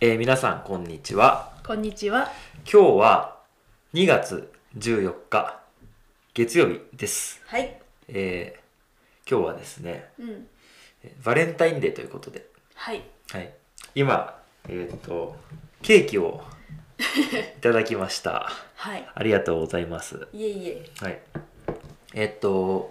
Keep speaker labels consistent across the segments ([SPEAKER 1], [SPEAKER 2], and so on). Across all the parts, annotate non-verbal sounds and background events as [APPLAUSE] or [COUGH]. [SPEAKER 1] えー皆さんこんにちは
[SPEAKER 2] こんにちは。
[SPEAKER 1] 今日は2月14日月曜日です、
[SPEAKER 2] はい。
[SPEAKER 1] えー今日はですね
[SPEAKER 2] うん。
[SPEAKER 1] えーバレンタインデーということで、
[SPEAKER 2] はい。
[SPEAKER 1] はい、今えーっとケーキ
[SPEAKER 2] [LAUGHS]
[SPEAKER 1] をいただきました
[SPEAKER 2] はい。
[SPEAKER 1] ありがとうございます
[SPEAKER 2] いえいえ。
[SPEAKER 1] はいえーっと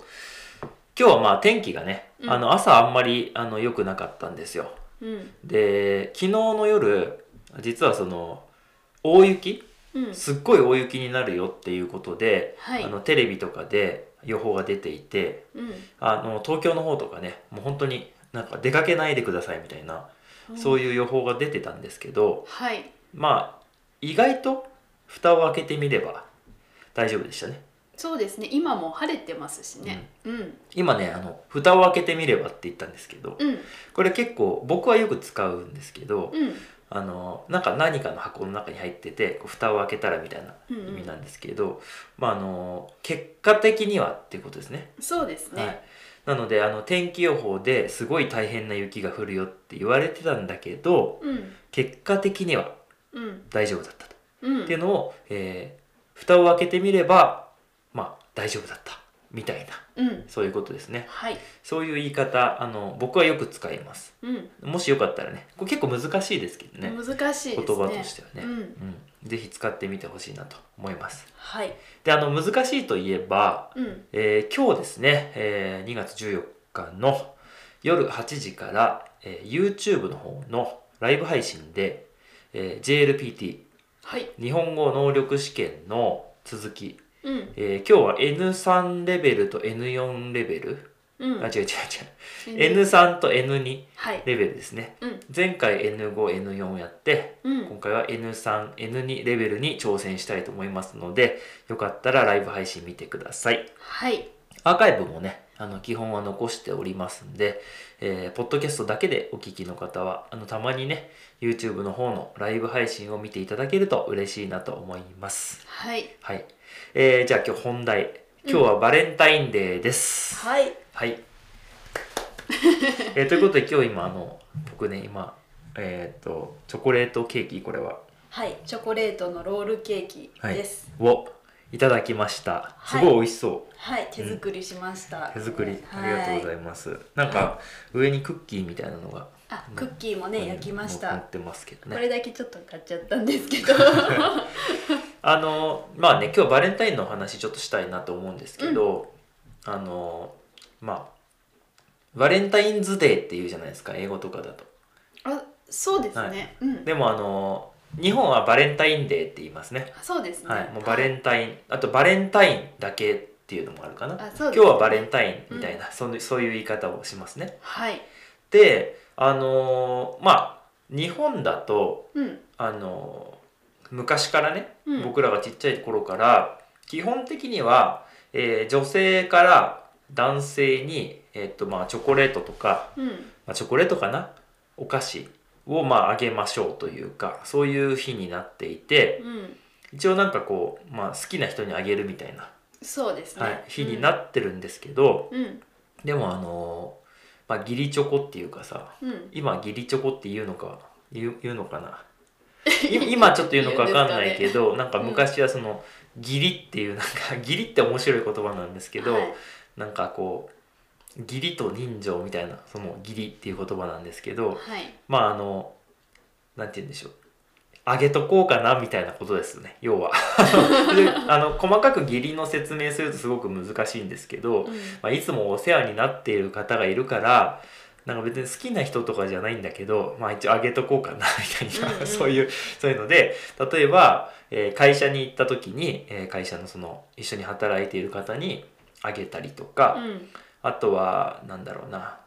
[SPEAKER 1] 今日はまあ天気がね、
[SPEAKER 2] うん
[SPEAKER 1] あの朝あんまりあの良くなかったんですよ
[SPEAKER 2] うん。
[SPEAKER 1] で昨日の夜実はその大雪
[SPEAKER 2] うん。
[SPEAKER 1] すっごい大雪になるよっていうことで、
[SPEAKER 2] はい
[SPEAKER 1] あのテレビとかで予報が出ていて
[SPEAKER 2] うん。
[SPEAKER 1] あの東京の方とかねもう本当になんか出かけないでくださいみたいな、そう
[SPEAKER 2] い
[SPEAKER 1] いう予報が出てたんですけど
[SPEAKER 2] はい。
[SPEAKER 1] まあ意外と蓋を開けてみれば大丈夫でしたね
[SPEAKER 2] そうですね。今も晴れてますしね。うん。
[SPEAKER 1] 今ねあの蓋を開けてみればって言ったんですけど
[SPEAKER 2] うん。
[SPEAKER 1] これ結構僕はよく使うんですけど、
[SPEAKER 2] うん。
[SPEAKER 1] あのなんか何かの箱の中に入っててこう蓋を開けたらみたいな意
[SPEAKER 2] うん。う。
[SPEAKER 1] 味なんんですけど、まああの結果的にはっていうことですね。
[SPEAKER 2] そうです
[SPEAKER 1] は
[SPEAKER 2] ね
[SPEAKER 1] い。、なのであの天気予報ですごい大変な雪が降るよって言われてたんだけど
[SPEAKER 2] うん。
[SPEAKER 1] 結果的には
[SPEAKER 2] うん。
[SPEAKER 1] 大丈夫だったと、
[SPEAKER 2] うん。
[SPEAKER 1] っていうのを、えー蓋を開けてみればまあ大丈夫だったみたいな
[SPEAKER 2] うん。
[SPEAKER 1] そういうことですね
[SPEAKER 2] はい。
[SPEAKER 1] そういう言い方あの僕はよく使います
[SPEAKER 2] うん。
[SPEAKER 1] もしよかったらねこれ結構難しいですけどね
[SPEAKER 2] 難しいですね。
[SPEAKER 1] 言葉としてはね、
[SPEAKER 2] うん。
[SPEAKER 1] うん、ぜひ使ってみてほしいなと思います
[SPEAKER 2] はい。
[SPEAKER 1] であの難しいといえば、
[SPEAKER 2] うん。
[SPEAKER 1] えー今日ですね、えー2月14日の夜8時から、えー YouTube の方のライブ配信で、えー JLPT
[SPEAKER 2] はい。
[SPEAKER 1] 日本語能力試験の続き、
[SPEAKER 2] うん。
[SPEAKER 1] えー今日は N3 レベルと N4 レベル、
[SPEAKER 2] うん
[SPEAKER 1] あ。違う違う違う
[SPEAKER 2] 全然
[SPEAKER 1] N3 と N2
[SPEAKER 2] はい。
[SPEAKER 1] レベルですね
[SPEAKER 2] うん。
[SPEAKER 1] 前回 N5N4 やって
[SPEAKER 2] うん。
[SPEAKER 1] 今回は N3N2 レベルに挑戦したいと思いますのでよかったらライブ配信見てください
[SPEAKER 2] はい。
[SPEAKER 1] アーカイブもねあの基本は残しておりますんで、えーポッドキャストだけでお聞きの方はあのたまにね YouTube の方のライブ配信を見ていただけると嬉しいなと思います
[SPEAKER 2] はい。
[SPEAKER 1] はい、えーじゃあ今日本題今日はバレンタインデーです、
[SPEAKER 2] はい。
[SPEAKER 1] はい。えーということで今日今あの僕ね今えっ、とチョコレートケーキこれは
[SPEAKER 2] はい。チョコレートのロールケーキです。
[SPEAKER 1] をいただきました。す
[SPEAKER 2] はい
[SPEAKER 1] ごい美味しそう。
[SPEAKER 2] はい。手作りしました。
[SPEAKER 1] 手作りあ
[SPEAKER 2] はい
[SPEAKER 1] りがとうございます。なんか上にクッキーみたいなのが、
[SPEAKER 2] あ、クッキーもね、
[SPEAKER 1] うん
[SPEAKER 2] 焼きまし
[SPEAKER 1] 乗
[SPEAKER 2] た
[SPEAKER 1] っ。てますけど
[SPEAKER 2] こ
[SPEAKER 1] ね。
[SPEAKER 2] れだけちょっと買っちゃったんですけど。
[SPEAKER 1] [LAUGHS] あのまあね今日バレンタインのお話ちょっとしたいなと思うんですけど、あのまあバレンタインズデーっていうじゃないですか英語とかだと。
[SPEAKER 2] あ、そうですね。
[SPEAKER 1] はい
[SPEAKER 2] うん。
[SPEAKER 1] でもあの日本はバレンタインデーって言いますね。
[SPEAKER 2] そうですね。
[SPEAKER 1] はい、もうバレンタイン、あとバレンタインだけっていうのもあるかな。
[SPEAKER 2] あ
[SPEAKER 1] 今
[SPEAKER 2] そうです
[SPEAKER 1] 日はバレンタインみたいな、そのそういう言い方をしますね。
[SPEAKER 2] はい。
[SPEAKER 1] で、あのーまあ日本だと
[SPEAKER 2] うん。
[SPEAKER 1] あのー昔からね、
[SPEAKER 2] うん
[SPEAKER 1] 僕らがちっちゃい頃から基本的には、えー女性から男性にえっとまあチョコレートとか、
[SPEAKER 2] うん。
[SPEAKER 1] まあ、チョコレートかな、お菓子をまああげましょうというか、そういう日になっていて。
[SPEAKER 2] うん。
[SPEAKER 1] 一応なんかこう、まあ、好きな人にあげるみたいな、
[SPEAKER 2] そうですね。
[SPEAKER 1] はい、日になってるんですけど、
[SPEAKER 2] うん。
[SPEAKER 1] でもあのーまあ、義理チョコっていうかさ
[SPEAKER 2] うん。うん。
[SPEAKER 1] 今義理チョコって言うのか言う言うのか [LAUGHS] ない今ちょっと言うのか分かんないけど、なんか昔はその義理っていうなんか [LAUGHS] 義理って面白い言葉なんですけど、
[SPEAKER 2] はい
[SPEAKER 1] なんかこう義理と人情みたいなその義理っていう言葉なんですけど
[SPEAKER 2] はい。
[SPEAKER 1] まああのなんて言うんでしょうあげとこうかなみたいなことですね要は [LAUGHS] であの細かく義理の説明するとすごく難しいんですけど、
[SPEAKER 2] うん。
[SPEAKER 1] まあ、いつもお世話になっている方がいるからなんか別に好きな人とかじゃないんだけど、まあ、一応あげとこうかなみたいな、
[SPEAKER 2] うんうん
[SPEAKER 1] そういうそういうので例えば、えー会社に行った時に、えー会社のその一緒に働いている方にあげたりとか、
[SPEAKER 2] うん。
[SPEAKER 1] あとはなんだろうな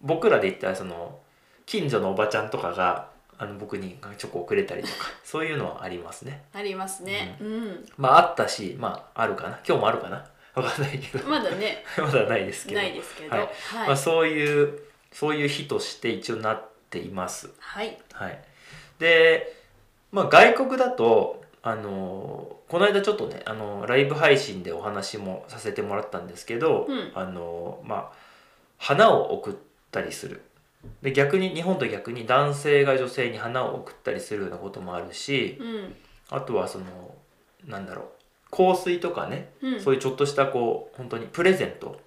[SPEAKER 1] 僕らで言ったらその近所のおばちゃんとかがあの僕にチョコをくれたりと
[SPEAKER 2] [LAUGHS]
[SPEAKER 1] かそういうのはありますね
[SPEAKER 2] ありますね。うん。
[SPEAKER 1] まああったしまああるかな今日もあるかなわかんないけど
[SPEAKER 2] まだね、
[SPEAKER 1] [LAUGHS] まだないですけど
[SPEAKER 2] ないですけど。
[SPEAKER 1] は
[SPEAKER 2] はいい。
[SPEAKER 1] まあ、そういうそういう日として一応なっています
[SPEAKER 2] はい。
[SPEAKER 1] はいでまあ外国だとあのこの間ちょっとねあのライブ配信でお話もさせてもらったんですけど、
[SPEAKER 2] うん
[SPEAKER 1] あのまあ花を送ったりするで逆に日本と逆に男性が女性に花を贈ったりするようなこともあるし
[SPEAKER 2] うん
[SPEAKER 1] あとはそのなんだろう香水とかね、
[SPEAKER 2] うん
[SPEAKER 1] そういうちょっとしたこう本当にプレゼント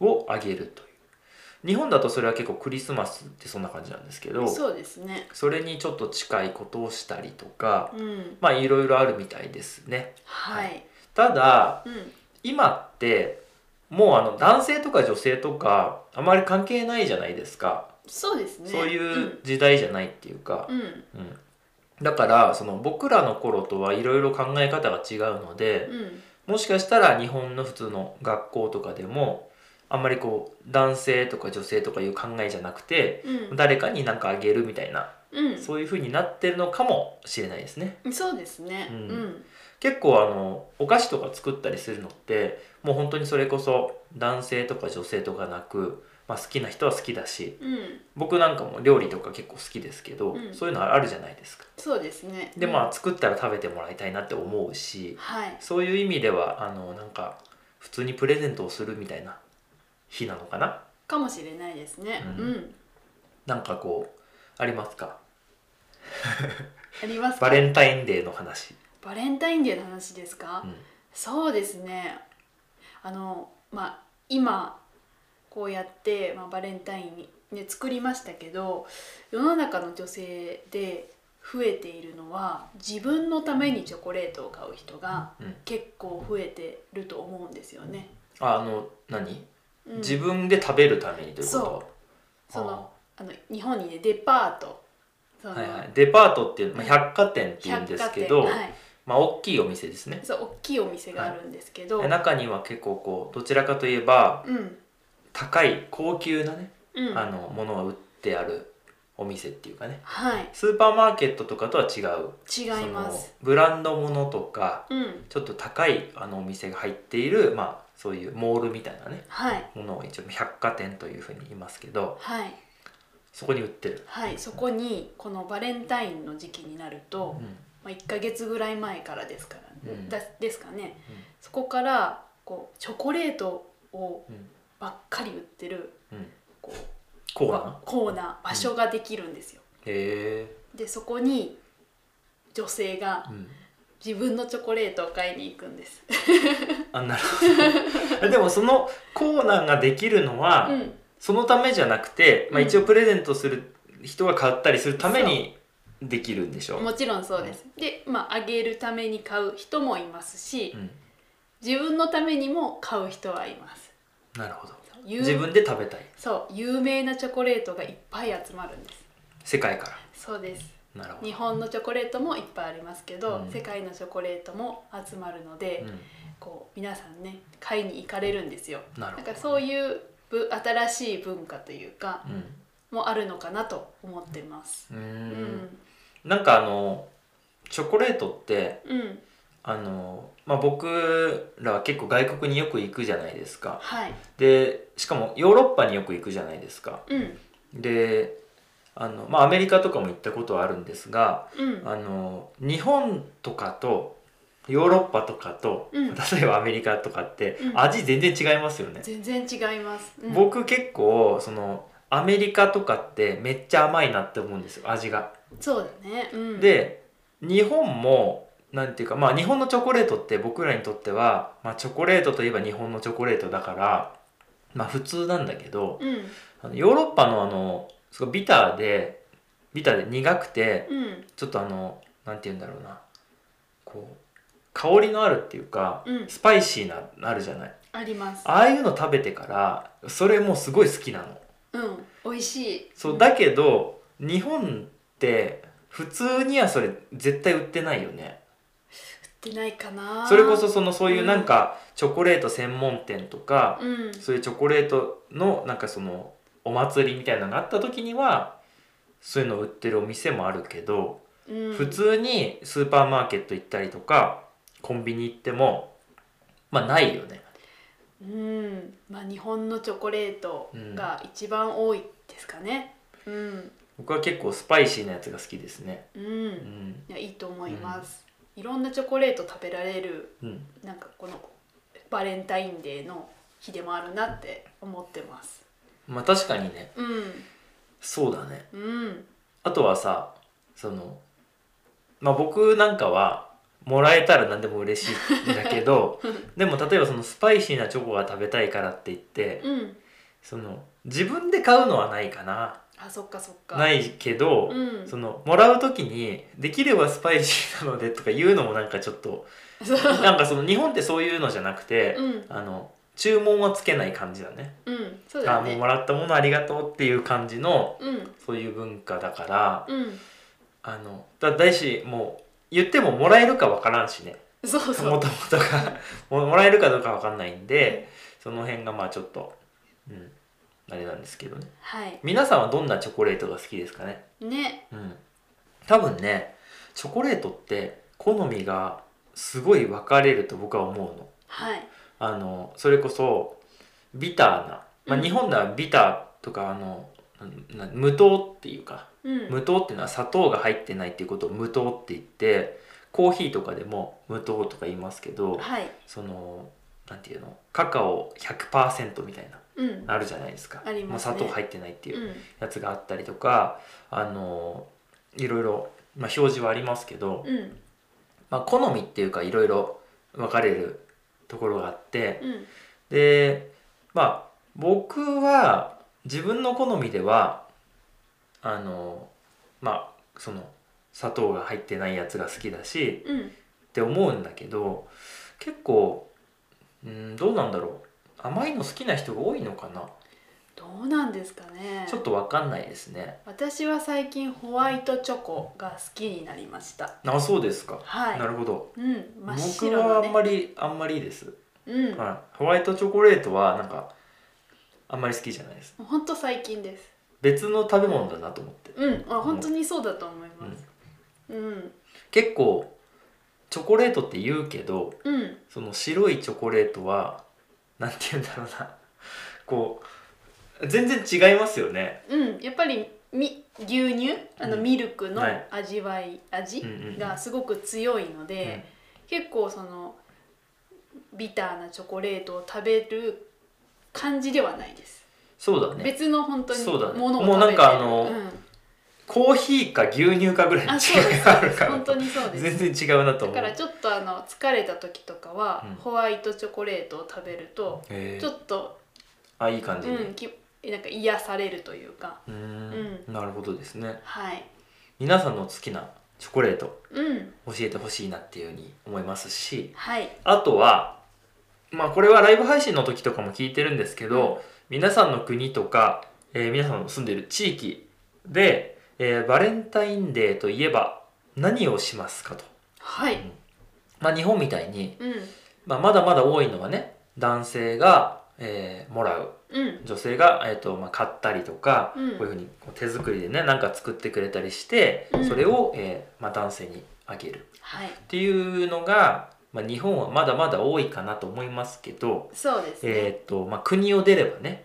[SPEAKER 1] をあげるという日本だとそれは結構クリスマスってそんな感じなんですけど
[SPEAKER 2] そうですね
[SPEAKER 1] それにちょっと近いことをしたりとか
[SPEAKER 2] うん
[SPEAKER 1] まあいろいろあるみたいですね
[SPEAKER 2] はい、
[SPEAKER 1] ただ
[SPEAKER 2] うん
[SPEAKER 1] 今ってもうあの男性とか女性とかあまり関係ないじゃないですか、
[SPEAKER 2] そうですね
[SPEAKER 1] そういう時代じゃないっていうか
[SPEAKER 2] う、ん、うん
[SPEAKER 1] うんだからその僕らの頃とはいろいろ考え方が違うので
[SPEAKER 2] うん
[SPEAKER 1] もしかしたら日本の普通の学校とかでもあんまりこう男性とか女性とかいう考えじゃなくて
[SPEAKER 2] うん
[SPEAKER 1] 誰かに何かあげるみたいな
[SPEAKER 2] うん
[SPEAKER 1] そういう風になってるのかもしれないですね。
[SPEAKER 2] そうですね
[SPEAKER 1] う
[SPEAKER 2] うんん、
[SPEAKER 1] 結構あのお菓子とか作ったりするのってもう本当にそれこそ男性とか女性とかなく、まあ、好きな人は好きだし
[SPEAKER 2] うん、
[SPEAKER 1] 僕なんかも料理とか結構好きですけど、
[SPEAKER 2] うん
[SPEAKER 1] そういうのはあるじゃないですか。
[SPEAKER 2] そうですね
[SPEAKER 1] で
[SPEAKER 2] うん
[SPEAKER 1] まあ作ったら食べてもらいたいなって思うし
[SPEAKER 2] はい
[SPEAKER 1] そういう意味ではあのなんか普通にプレゼントをするみたいな日なのかな
[SPEAKER 2] かもしれないですね
[SPEAKER 1] う
[SPEAKER 2] うんん、
[SPEAKER 1] なんかこうありますか
[SPEAKER 2] ありますか
[SPEAKER 1] バレンタインデーの話。
[SPEAKER 2] バレンタインデーの話ですか、
[SPEAKER 1] うん
[SPEAKER 2] そうですねあのまあ今こうやって、まあ、バレンタインに、ね、作りましたけど世の中の女性で増えているのは自分のためにチョコレートを買う人が
[SPEAKER 1] うん
[SPEAKER 2] 結構増えてると思うんですよね。
[SPEAKER 1] ああの何、
[SPEAKER 2] うん
[SPEAKER 1] 自分で食べるためにということ
[SPEAKER 2] そうそ
[SPEAKER 1] あー
[SPEAKER 2] のあの日本にねデパートその
[SPEAKER 1] はいはい、デパートっていう、まあ、
[SPEAKER 2] うん
[SPEAKER 1] 百貨店っていうんですけど、
[SPEAKER 2] はい、
[SPEAKER 1] まあ、大きいお店ですね
[SPEAKER 2] そう大きいお店があるんですけど、
[SPEAKER 1] で中には結構こうどちらかといえば
[SPEAKER 2] うん
[SPEAKER 1] 高い高級なね、
[SPEAKER 2] うん
[SPEAKER 1] あのものが売ってあるお店っていうかね
[SPEAKER 2] はい
[SPEAKER 1] スーパーマーケットとかとは違う
[SPEAKER 2] 違いま
[SPEAKER 1] そ
[SPEAKER 2] す。
[SPEAKER 1] のブランドものとか
[SPEAKER 2] うん
[SPEAKER 1] ちょっと高いあのお店が入っている、まあ、そういうモールみたいなね
[SPEAKER 2] はい
[SPEAKER 1] ものを一応百貨店というふうに言いますけど
[SPEAKER 2] はい
[SPEAKER 1] そこに売ってる、
[SPEAKER 2] はいそこにこのバレンタインの時期になる
[SPEAKER 1] う
[SPEAKER 2] と、
[SPEAKER 1] ん
[SPEAKER 2] まあ、1ヶ月ぐらい前からですから、
[SPEAKER 1] うん
[SPEAKER 2] だですかね
[SPEAKER 1] うん
[SPEAKER 2] そこからこうチョコレートを
[SPEAKER 1] うん
[SPEAKER 2] ばっかり売ってる
[SPEAKER 1] うん、
[SPEAKER 2] こう
[SPEAKER 1] コーナー
[SPEAKER 2] コーナー場所ができるんですよ。
[SPEAKER 1] へ
[SPEAKER 2] でそこに女
[SPEAKER 1] え、
[SPEAKER 2] 性が
[SPEAKER 1] うん
[SPEAKER 2] 自分のチョコレートを買いに行くんです。
[SPEAKER 1] あなる
[SPEAKER 2] [LAUGHS]
[SPEAKER 1] ほどでもそのコーナーができるのは、
[SPEAKER 2] うん、
[SPEAKER 1] そのためじゃなくて、まあ、
[SPEAKER 2] うん
[SPEAKER 1] 一応プレゼントする人が買ったりするためにできるんでしょう
[SPEAKER 2] もちろんそうです。でまああげるために買う人もいますし
[SPEAKER 1] う、ん、
[SPEAKER 2] 自分のためにも買う人はいます。
[SPEAKER 1] なるほど
[SPEAKER 2] そう有
[SPEAKER 1] 自分で食べたい
[SPEAKER 2] そう有名なチョコレートがいっぱい集まるんで
[SPEAKER 1] 世界から
[SPEAKER 2] すそうです
[SPEAKER 1] なるほど
[SPEAKER 2] 日本のチョコレートもいっぱいありますけど、
[SPEAKER 1] うん
[SPEAKER 2] 世界のチョコレートも集まるので、
[SPEAKER 1] う
[SPEAKER 2] こう皆さんね買いに行かれるんですよ
[SPEAKER 1] ん、なる
[SPEAKER 2] な
[SPEAKER 1] ほ
[SPEAKER 2] ん
[SPEAKER 1] ど
[SPEAKER 2] かそういうぶ新しい文化というかもあるのかなと思ってます
[SPEAKER 1] うんう
[SPEAKER 2] うんん
[SPEAKER 1] なんかあのチョコレートって
[SPEAKER 2] うん
[SPEAKER 1] あの、まあ、僕らは結構外国によく行くじゃないですか
[SPEAKER 2] はい
[SPEAKER 1] でしかもヨーロッパによく行くじゃないですか
[SPEAKER 2] うん
[SPEAKER 1] であの、まあ、アメリカとかも行ったことはあるんですが
[SPEAKER 2] うん
[SPEAKER 1] あの日本とかとヨーロッパとかと、
[SPEAKER 2] うん
[SPEAKER 1] 例えばアメリカとかって、
[SPEAKER 2] うん
[SPEAKER 1] 味全然違いますよね、
[SPEAKER 2] 全然違います、うん、
[SPEAKER 1] 僕結構そのアメリカとかってめっちゃ甘いなって思うんですよ味が。
[SPEAKER 2] そうだねうん
[SPEAKER 1] で日本もなんていうかまあ日本のチョコレートって僕らにとっては、まあ、チョコレートといえば日本のチョコレートだからまあ普通なんだけど
[SPEAKER 2] うん
[SPEAKER 1] あのヨーロッパのあのすごいビターでビターで苦くて、
[SPEAKER 2] うん
[SPEAKER 1] ちょっとあのなんて言うんだろうなこう香りのあるっていうか、
[SPEAKER 2] うん
[SPEAKER 1] スパイシーなあるじゃない
[SPEAKER 2] あります
[SPEAKER 1] ああいうの食べてからそれもうすごい好きなの
[SPEAKER 2] うん美味しい
[SPEAKER 1] そうだけど日本って普通にはそれ絶対売ってないよね
[SPEAKER 2] 売ってないかな
[SPEAKER 1] それこそそのそういううんなんかチョコレート専門店とか、
[SPEAKER 2] うん
[SPEAKER 1] そういうチョコレートのなんかそのお祭りみたいなのがあった時にはそういうの売ってるお店もあるけど、
[SPEAKER 2] うん
[SPEAKER 1] 普通にスーパーマーケット行ったりとかコンビニ行ってもまあないよね
[SPEAKER 2] うん、まあ日本のチョコレートが一番多いですかね。うん、
[SPEAKER 1] 僕は結構スパイシーなやつが好きですね
[SPEAKER 2] うん、
[SPEAKER 1] うん
[SPEAKER 2] いやいいと思います。いろんなチョコレート食べられる
[SPEAKER 1] うん
[SPEAKER 2] なんかこのバレンタインデーの日でもあるなって思ってます。
[SPEAKER 1] まあ確かにね
[SPEAKER 2] うん、
[SPEAKER 1] そうだね
[SPEAKER 2] うん
[SPEAKER 1] あとはさそのまあ僕なんかはもらえたら何でも嬉しいんだけ
[SPEAKER 2] [LAUGHS]
[SPEAKER 1] どでも例えばそのスパイシーなチョコが食べたいからって言って
[SPEAKER 2] うん
[SPEAKER 1] その自分で買うのはないかな
[SPEAKER 2] あそっかそっか
[SPEAKER 1] ないけど、
[SPEAKER 2] うん
[SPEAKER 1] そのもらう時にできればスパイシーなのでとか言うのもなんかちょっ
[SPEAKER 2] [LAUGHS]
[SPEAKER 1] となんかその日本ってそういうのじゃなくて、
[SPEAKER 2] うん
[SPEAKER 1] あの注文はつけない感じだね
[SPEAKER 2] うんそうだ
[SPEAKER 1] あ
[SPEAKER 2] よ
[SPEAKER 1] もう
[SPEAKER 2] ね
[SPEAKER 1] もらったものありがとうっていう感じの
[SPEAKER 2] うん
[SPEAKER 1] そういう文化だから
[SPEAKER 2] うん
[SPEAKER 1] あのだだしもう言ってももらえるかわからんしね
[SPEAKER 2] そうそう
[SPEAKER 1] もともとが [LAUGHS] ももらえるかどうかわかんないんでその辺がまあちょっとうんあれなんですけどね
[SPEAKER 2] はい
[SPEAKER 1] 皆さんはどんなチョコレートが好きですかね
[SPEAKER 2] ね
[SPEAKER 1] うん多分ねチョコレートって好みがすごい分かれると僕は思うの
[SPEAKER 2] はい
[SPEAKER 1] あのそれこそビターな、ま
[SPEAKER 2] う
[SPEAKER 1] あ、
[SPEAKER 2] ん
[SPEAKER 1] 日本ではビターとかあのなな無糖っていうか
[SPEAKER 2] うん
[SPEAKER 1] 無糖っていうのは砂糖が入ってないっていうことを無糖って言ってコーヒーとかでも無糖とか言いますけど
[SPEAKER 2] はい
[SPEAKER 1] そのなんていうのカカオ100%みたい
[SPEAKER 2] うん
[SPEAKER 1] なあるじゃないですか
[SPEAKER 2] あり
[SPEAKER 1] もう
[SPEAKER 2] ますね
[SPEAKER 1] 砂糖入ってないっていううんやつがあったりとかあのいろいろ、まあ、表示はありますけど、
[SPEAKER 2] うん
[SPEAKER 1] まあ、好みっていうかいろいろ分かれるところがあって、
[SPEAKER 2] うん
[SPEAKER 1] でまあ僕は自分の好みではあのまあその砂糖が入ってないやつが好きだし
[SPEAKER 2] うん
[SPEAKER 1] って思うんだけど結構うんどうなんだろう甘いの好きな人が多いのかな
[SPEAKER 2] どうなんですかね
[SPEAKER 1] ちょっとわかんないですね
[SPEAKER 2] 私は最近ホワイトチョコが好きになりました
[SPEAKER 1] あそうですか、
[SPEAKER 2] はい
[SPEAKER 1] なるほど
[SPEAKER 2] うん真っ
[SPEAKER 1] 僕
[SPEAKER 2] 白
[SPEAKER 1] は
[SPEAKER 2] の
[SPEAKER 1] あ
[SPEAKER 2] ね
[SPEAKER 1] んまりあんまりです、
[SPEAKER 2] うんも
[SPEAKER 1] はい、ホワイトチョコレートはなんかあんまり好きじゃないです
[SPEAKER 2] うほんと最近です
[SPEAKER 1] 別の食べ物だなと思って
[SPEAKER 2] うんあ本当にそうだと思いますうん
[SPEAKER 1] 結構チョコレートって言うけど
[SPEAKER 2] うん
[SPEAKER 1] その白いチョコレートはなんて言うんだろうなこう全然違いますよね。
[SPEAKER 2] うんやっぱりみ牛乳あの
[SPEAKER 1] うん
[SPEAKER 2] ミルクの
[SPEAKER 1] はい
[SPEAKER 2] 味わい味
[SPEAKER 1] うんうんうん
[SPEAKER 2] がすごく強いので結構そのビターなチョコレートを食べる感じではないです
[SPEAKER 1] そうだね
[SPEAKER 2] 別の本当に
[SPEAKER 1] そうだね
[SPEAKER 2] ものを食べてる
[SPEAKER 1] もうなんかあの
[SPEAKER 2] うん
[SPEAKER 1] コーヒーか牛乳かぐらいの
[SPEAKER 2] あそう
[SPEAKER 1] 違
[SPEAKER 2] で
[SPEAKER 1] い
[SPEAKER 2] す
[SPEAKER 1] がある [LAUGHS] から
[SPEAKER 2] 本当にそうです
[SPEAKER 1] 全然違うなと
[SPEAKER 2] だ
[SPEAKER 1] 思う。
[SPEAKER 2] からちょっとあの疲れた時とかは、
[SPEAKER 1] うん
[SPEAKER 2] ホワイトチョコレートを食べると、
[SPEAKER 1] へえ
[SPEAKER 2] ちょっと、
[SPEAKER 1] あいい感じに、
[SPEAKER 2] うん、きなんか癒されるというか
[SPEAKER 1] うーんなるほどですね。
[SPEAKER 2] はい
[SPEAKER 1] 皆さんの好きなチョコレート
[SPEAKER 2] うん
[SPEAKER 1] 教えてほしいなっていうふうに思いますし
[SPEAKER 2] はい
[SPEAKER 1] あとはまあこれはライブ配信の時とかも聞いてるんですけど、皆さんの国とか、えー皆さんの住んでる地域で、えーバレンタインデーといえば何をしますかと、
[SPEAKER 2] はい
[SPEAKER 1] まあ、日本みたいに、
[SPEAKER 2] うん
[SPEAKER 1] まあ、まだまだ多いのはね男性が、えーもらう
[SPEAKER 2] うん
[SPEAKER 1] 女性が、えーとまあ、買ったりとか、
[SPEAKER 2] うん
[SPEAKER 1] こういうふうにこう手作りでねなんか作ってくれたりして、
[SPEAKER 2] うん
[SPEAKER 1] それを、えーまあ、男性にあげるっ
[SPEAKER 2] はい
[SPEAKER 1] ていうのが、まあ、日本はまだまだ多いかなと思いますけど、
[SPEAKER 2] そうですね、
[SPEAKER 1] えーっとまあ、国を出ればね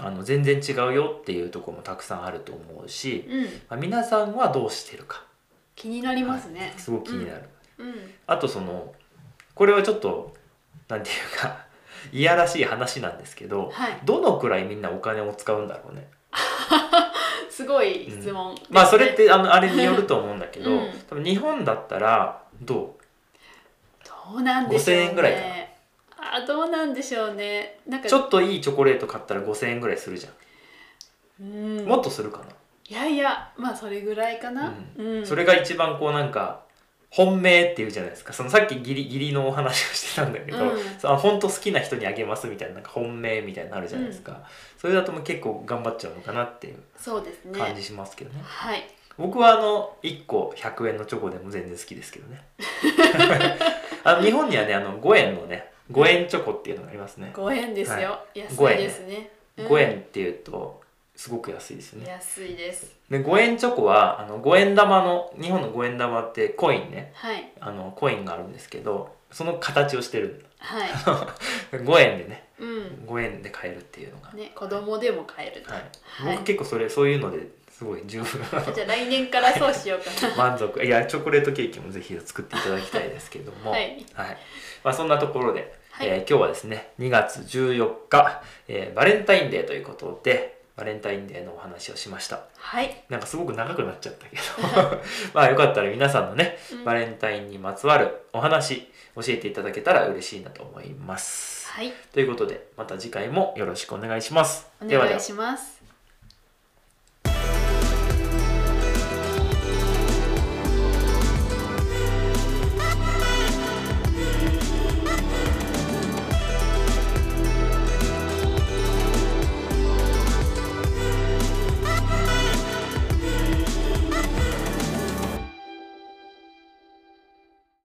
[SPEAKER 1] あの全然違うよっていうところもたくさんあると思うし、
[SPEAKER 2] うん
[SPEAKER 1] まあ、皆さんはどうしてるか
[SPEAKER 2] 気になりますね、
[SPEAKER 1] はいすごく気になる、
[SPEAKER 2] うん、うん
[SPEAKER 1] あとそのこれはちょっとなんていうか [LAUGHS] いやらしい話なんですけど、
[SPEAKER 2] はい
[SPEAKER 1] どのくらいみんなお金を使うんだろうね
[SPEAKER 2] すごい質問、
[SPEAKER 1] まあそれっ
[SPEAKER 2] ど
[SPEAKER 1] てあのあれによると思うんだけど、
[SPEAKER 2] うん
[SPEAKER 1] 多分日本だったらど
[SPEAKER 2] うなんでしょうね
[SPEAKER 1] 5000円ぐらいか
[SPEAKER 2] あどうなんでしょうねなん
[SPEAKER 1] う
[SPEAKER 2] か
[SPEAKER 1] ちょっといいチョコレート買ったら5,000円ぐらいするじゃ
[SPEAKER 2] うん
[SPEAKER 1] んもっとするか
[SPEAKER 2] いやいやまあそれぐらいかな、うん
[SPEAKER 1] な、それが一番こうなんか本命っていうじゃないですかそのさっきギリギリのお話をしてたんだけど、
[SPEAKER 2] うん
[SPEAKER 1] その本当好きな人にあげますみたいななんか本命みたいなのあるじゃないですか、それだともう結構頑張っちゃうのかなっていう
[SPEAKER 2] そうですね
[SPEAKER 1] 感じしますけどね
[SPEAKER 2] はい
[SPEAKER 1] 僕はあの1個100円のチョコでも全然好きですけど
[SPEAKER 2] [LAUGHS]
[SPEAKER 1] ねあの日本にはねあの5円のね5円チョコっていうのがありますね
[SPEAKER 2] 五円ですよ、
[SPEAKER 1] 五
[SPEAKER 2] 安い
[SPEAKER 1] 円
[SPEAKER 2] ですねうん
[SPEAKER 1] 5円っていうとすごく安いですよね
[SPEAKER 2] 安いです
[SPEAKER 1] で5円チョコはあの5円玉の日本の5円玉ってコインね
[SPEAKER 2] はい
[SPEAKER 1] あのコインがあるんですけどその形をしてる [LAUGHS]
[SPEAKER 2] はい
[SPEAKER 1] 5円でね
[SPEAKER 2] うん
[SPEAKER 1] 5円で買えるっていうのが
[SPEAKER 2] ね子供でも買えると、
[SPEAKER 1] はい、
[SPEAKER 2] はい
[SPEAKER 1] 僕結構それそういうのですごい十
[SPEAKER 2] [LAUGHS]
[SPEAKER 1] 分
[SPEAKER 2] じゃあ来年からそうしよう
[SPEAKER 1] [LAUGHS]
[SPEAKER 2] か
[SPEAKER 1] 満足いやチョコレートケーキもぜひ作っていただきたいですけども
[SPEAKER 2] なはい
[SPEAKER 1] まあ、そんなところで、
[SPEAKER 2] はい
[SPEAKER 1] えー今日はですね2月14日、えーバレンタインデーということで、バレンタインデーのお話をしました
[SPEAKER 2] はい、
[SPEAKER 1] なんかすごく長くなっちゃっ
[SPEAKER 2] [LAUGHS]
[SPEAKER 1] たけど [LAUGHS] まあよかったら皆さんのね
[SPEAKER 2] うん
[SPEAKER 1] バレンタインにまつわるお話教えていただけたら嬉しいなと思います
[SPEAKER 2] はい
[SPEAKER 1] ということでまた次回もよろしくお願いします
[SPEAKER 2] お
[SPEAKER 1] ではで
[SPEAKER 2] 願い
[SPEAKER 1] は
[SPEAKER 2] します